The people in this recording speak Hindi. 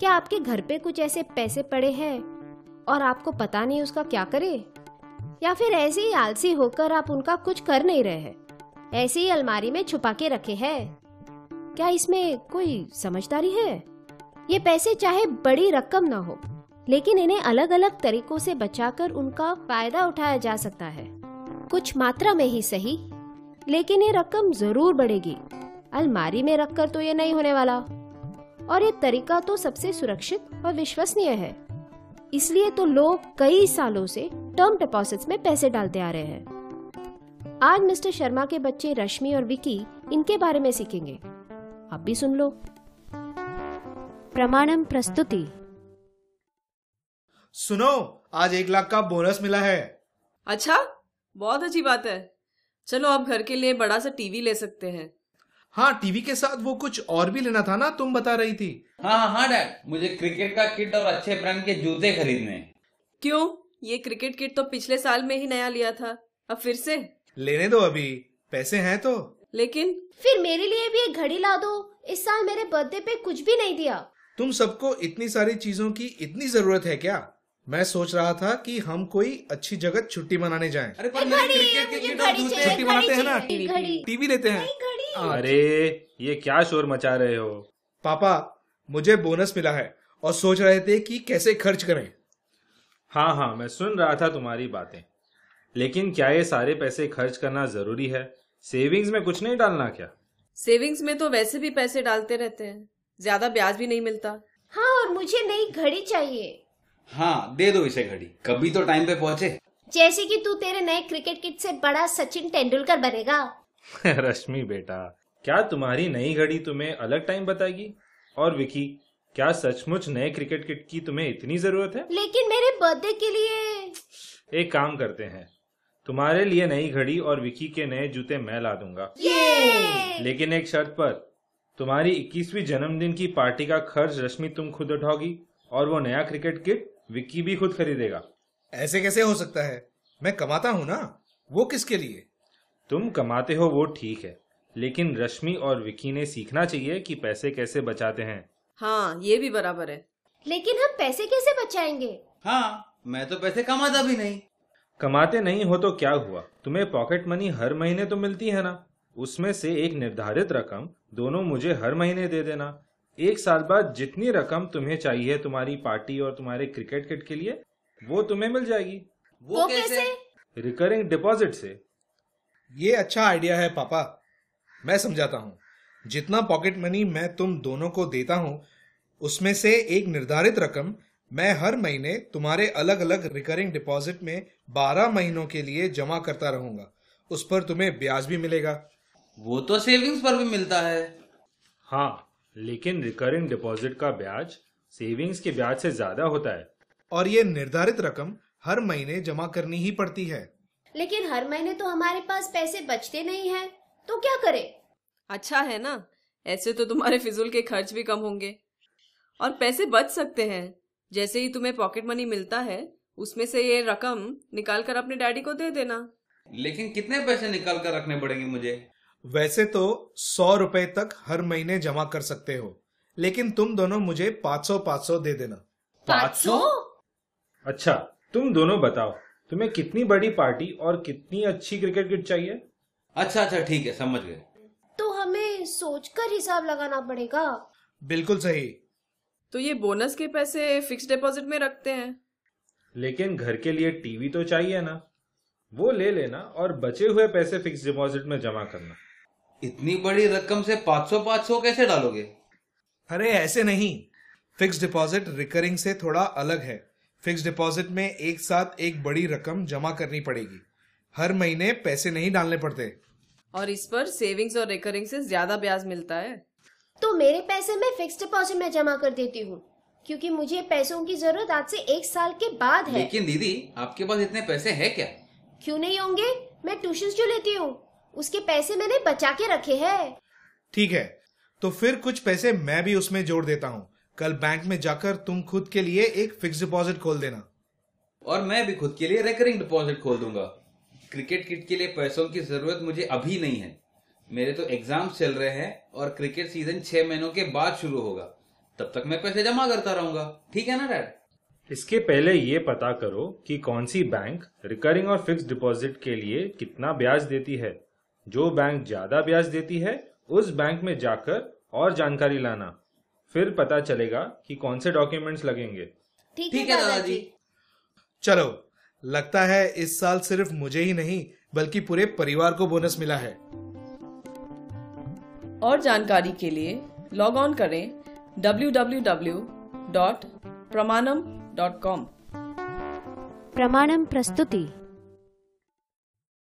क्या आपके घर पे कुछ ऐसे पैसे पड़े हैं और आपको पता नहीं उसका क्या करे या फिर ऐसे ही आलसी होकर आप उनका कुछ कर नहीं रहे हैं ऐसे ही अलमारी में छुपा के रखे हैं क्या इसमें कोई समझदारी है ये पैसे चाहे बड़ी रकम ना हो लेकिन इन्हें अलग अलग तरीकों से बचाकर उनका फायदा उठाया जा सकता है कुछ मात्रा में ही सही लेकिन ये रकम जरूर बढ़ेगी अलमारी में रखकर तो ये नहीं होने वाला और ये तरीका तो सबसे सुरक्षित और विश्वसनीय है इसलिए तो लोग कई सालों से टर्म डिपॉजिट्स में पैसे डालते आ रहे हैं आज मिस्टर शर्मा के बच्चे रश्मि और विकी इनके बारे में सीखेंगे आप भी सुन लो प्रमाणम प्रस्तुति सुनो आज एक लाख का बोनस मिला है अच्छा बहुत अच्छी बात है चलो आप घर के लिए बड़ा सा टीवी ले सकते हैं हाँ टीवी के साथ वो कुछ और भी लेना था ना तुम बता रही थी हाँ हाँ डैड मुझे क्रिकेट का किट और अच्छे ब्रांड के जूते खरीदने हैं। क्यों ये क्रिकेट किट तो पिछले साल में ही नया लिया था अब फिर से लेने दो अभी पैसे हैं तो लेकिन फिर मेरे लिए भी एक घड़ी ला दो इस साल मेरे बर्थडे पे कुछ भी नहीं दिया तुम सबको इतनी सारी चीजों की इतनी जरूरत है क्या मैं सोच रहा था कि हम कोई अच्छी जगह छुट्टी मनाने जाएं अरे पर मेरे क्रिकेट के किट और जूते छुट्टी मनाते हैं ना टीवी लेते हैं अरे ये क्या शोर मचा रहे हो पापा मुझे बोनस मिला है और सोच रहे थे कि कैसे खर्च करें हाँ हाँ मैं सुन रहा था तुम्हारी बातें लेकिन क्या ये सारे पैसे खर्च करना जरूरी है सेविंग्स में कुछ नहीं डालना क्या सेविंग्स में तो वैसे भी पैसे डालते रहते हैं ज्यादा ब्याज भी नहीं मिलता हाँ और मुझे नई घड़ी चाहिए हाँ दे दो इसे घड़ी कभी तो टाइम पे पहुंचे जैसे कि तू तेरे नए क्रिकेट किट से बड़ा सचिन तेंदुलकर बनेगा रश्मि बेटा क्या तुम्हारी नई घड़ी तुम्हें अलग टाइम बताएगी और विकी क्या सचमुच नए क्रिकेट किट की तुम्हें इतनी जरूरत है लेकिन मेरे बर्थडे के लिए एक काम करते हैं तुम्हारे लिए नई घड़ी और विकी के नए जूते मैं ला दूंगा लेकिन एक शर्त पर तुम्हारी 21वीं जन्मदिन की पार्टी का खर्च रश्मि तुम खुद उठाओगी और वो नया क्रिकेट किट विक्की भी खुद खरीदेगा ऐसे कैसे हो सकता है मैं कमाता हूँ ना वो किसके लिए तुम कमाते हो वो ठीक है लेकिन रश्मि और विकी ने सीखना चाहिए कि पैसे कैसे बचाते हैं हाँ ये भी बराबर है लेकिन हम पैसे कैसे बचाएंगे हाँ मैं तो पैसे कमाता भी नहीं कमाते नहीं हो तो क्या हुआ तुम्हें पॉकेट मनी हर महीने तो मिलती है ना उसमें से एक निर्धारित रकम दोनों मुझे हर महीने दे देना एक साल बाद जितनी रकम तुम्हें चाहिए तुम्हारी पार्टी और तुम्हारे क्रिकेट किट के लिए वो तुम्हें मिल जाएगी वो कैसे रिकरिंग डिपॉजिट से ये अच्छा आइडिया है पापा मैं समझाता हूँ जितना पॉकेट मनी मैं तुम दोनों को देता हूँ उसमें से एक निर्धारित रकम मैं हर महीने तुम्हारे अलग अलग रिकरिंग डिपॉजिट में 12 महीनों के लिए जमा करता रहूंगा उस पर तुम्हें ब्याज भी मिलेगा वो तो सेविंग्स पर भी मिलता है हाँ लेकिन रिकरिंग डिपॉजिट का ब्याज सेविंग्स के ब्याज से ज्यादा होता है और ये निर्धारित रकम हर महीने जमा करनी ही पड़ती है लेकिन हर महीने तो हमारे पास पैसे बचते नहीं हैं तो क्या करें अच्छा है ना ऐसे तो तुम्हारे फिजूल के खर्च भी कम होंगे और पैसे बच सकते हैं जैसे ही तुम्हें पॉकेट मनी मिलता है उसमें से ये रकम निकाल कर अपने डैडी को दे देना लेकिन कितने पैसे निकाल कर रखने पड़ेंगे मुझे वैसे तो सौ रुपए तक हर महीने जमा कर सकते हो लेकिन तुम दोनों मुझे 500 500 दे देना पाँच सौ अच्छा तुम दोनों बताओ तुम्हें कितनी बड़ी पार्टी और कितनी अच्छी क्रिकेट किट चाहिए अच्छा अच्छा ठीक है समझ गए तो हमें सोचकर हिसाब लगाना पड़ेगा बिल्कुल सही तो ये बोनस के पैसे फिक्स डिपॉजिट में रखते हैं लेकिन घर के लिए टीवी तो चाहिए ना वो ले लेना और बचे हुए पैसे फिक्स डिपॉजिट में जमा करना इतनी बड़ी रकम से 500 500 कैसे डालोगे अरे ऐसे नहीं फिक्स डिपॉजिट रिकरिंग से थोड़ा अलग है फिक्स डिपॉजिट में एक साथ एक बड़ी रकम जमा करनी पड़ेगी हर महीने पैसे नहीं डालने पड़ते और इस पर सेविंग्स और रिकरिंग से ज्यादा ब्याज मिलता है तो मेरे पैसे मैं फिक्स डिपॉजिट में जमा कर देती हूँ क्योंकि मुझे पैसों की जरूरत आज से एक साल के बाद है लेकिन दीदी आपके पास इतने पैसे है क्या क्यों नहीं होंगे मैं ट्यूशन जो लेती हूँ उसके पैसे मैंने बचा के रखे हैं ठीक है तो फिर कुछ पैसे मैं भी उसमें जोड़ देता हूँ कल बैंक में जाकर तुम खुद के लिए एक फिक्स डिपॉजिट खोल देना और मैं भी खुद के लिए रिकरिंग डिपॉजिट खोल दूंगा क्रिकेट किट के लिए पैसों की जरूरत मुझे अभी नहीं है मेरे तो एग्जाम चल रहे हैं और क्रिकेट सीजन छह महीनों के बाद शुरू होगा तब तक मैं पैसे जमा करता रहूंगा ठीक है ना डैड इसके पहले ये पता करो कि कौन सी बैंक रिकरिंग और फिक्स डिपॉजिट के लिए कितना ब्याज देती है जो बैंक ज्यादा ब्याज देती है उस बैंक में जाकर और जानकारी लाना फिर पता चलेगा कि कौन से डॉक्यूमेंट्स लगेंगे ठीक है दादाजी चलो लगता है इस साल सिर्फ मुझे ही नहीं बल्कि पूरे परिवार को बोनस मिला है और जानकारी के लिए लॉग ऑन करें www.pramanam.com प्रमाणम प्रस्तुति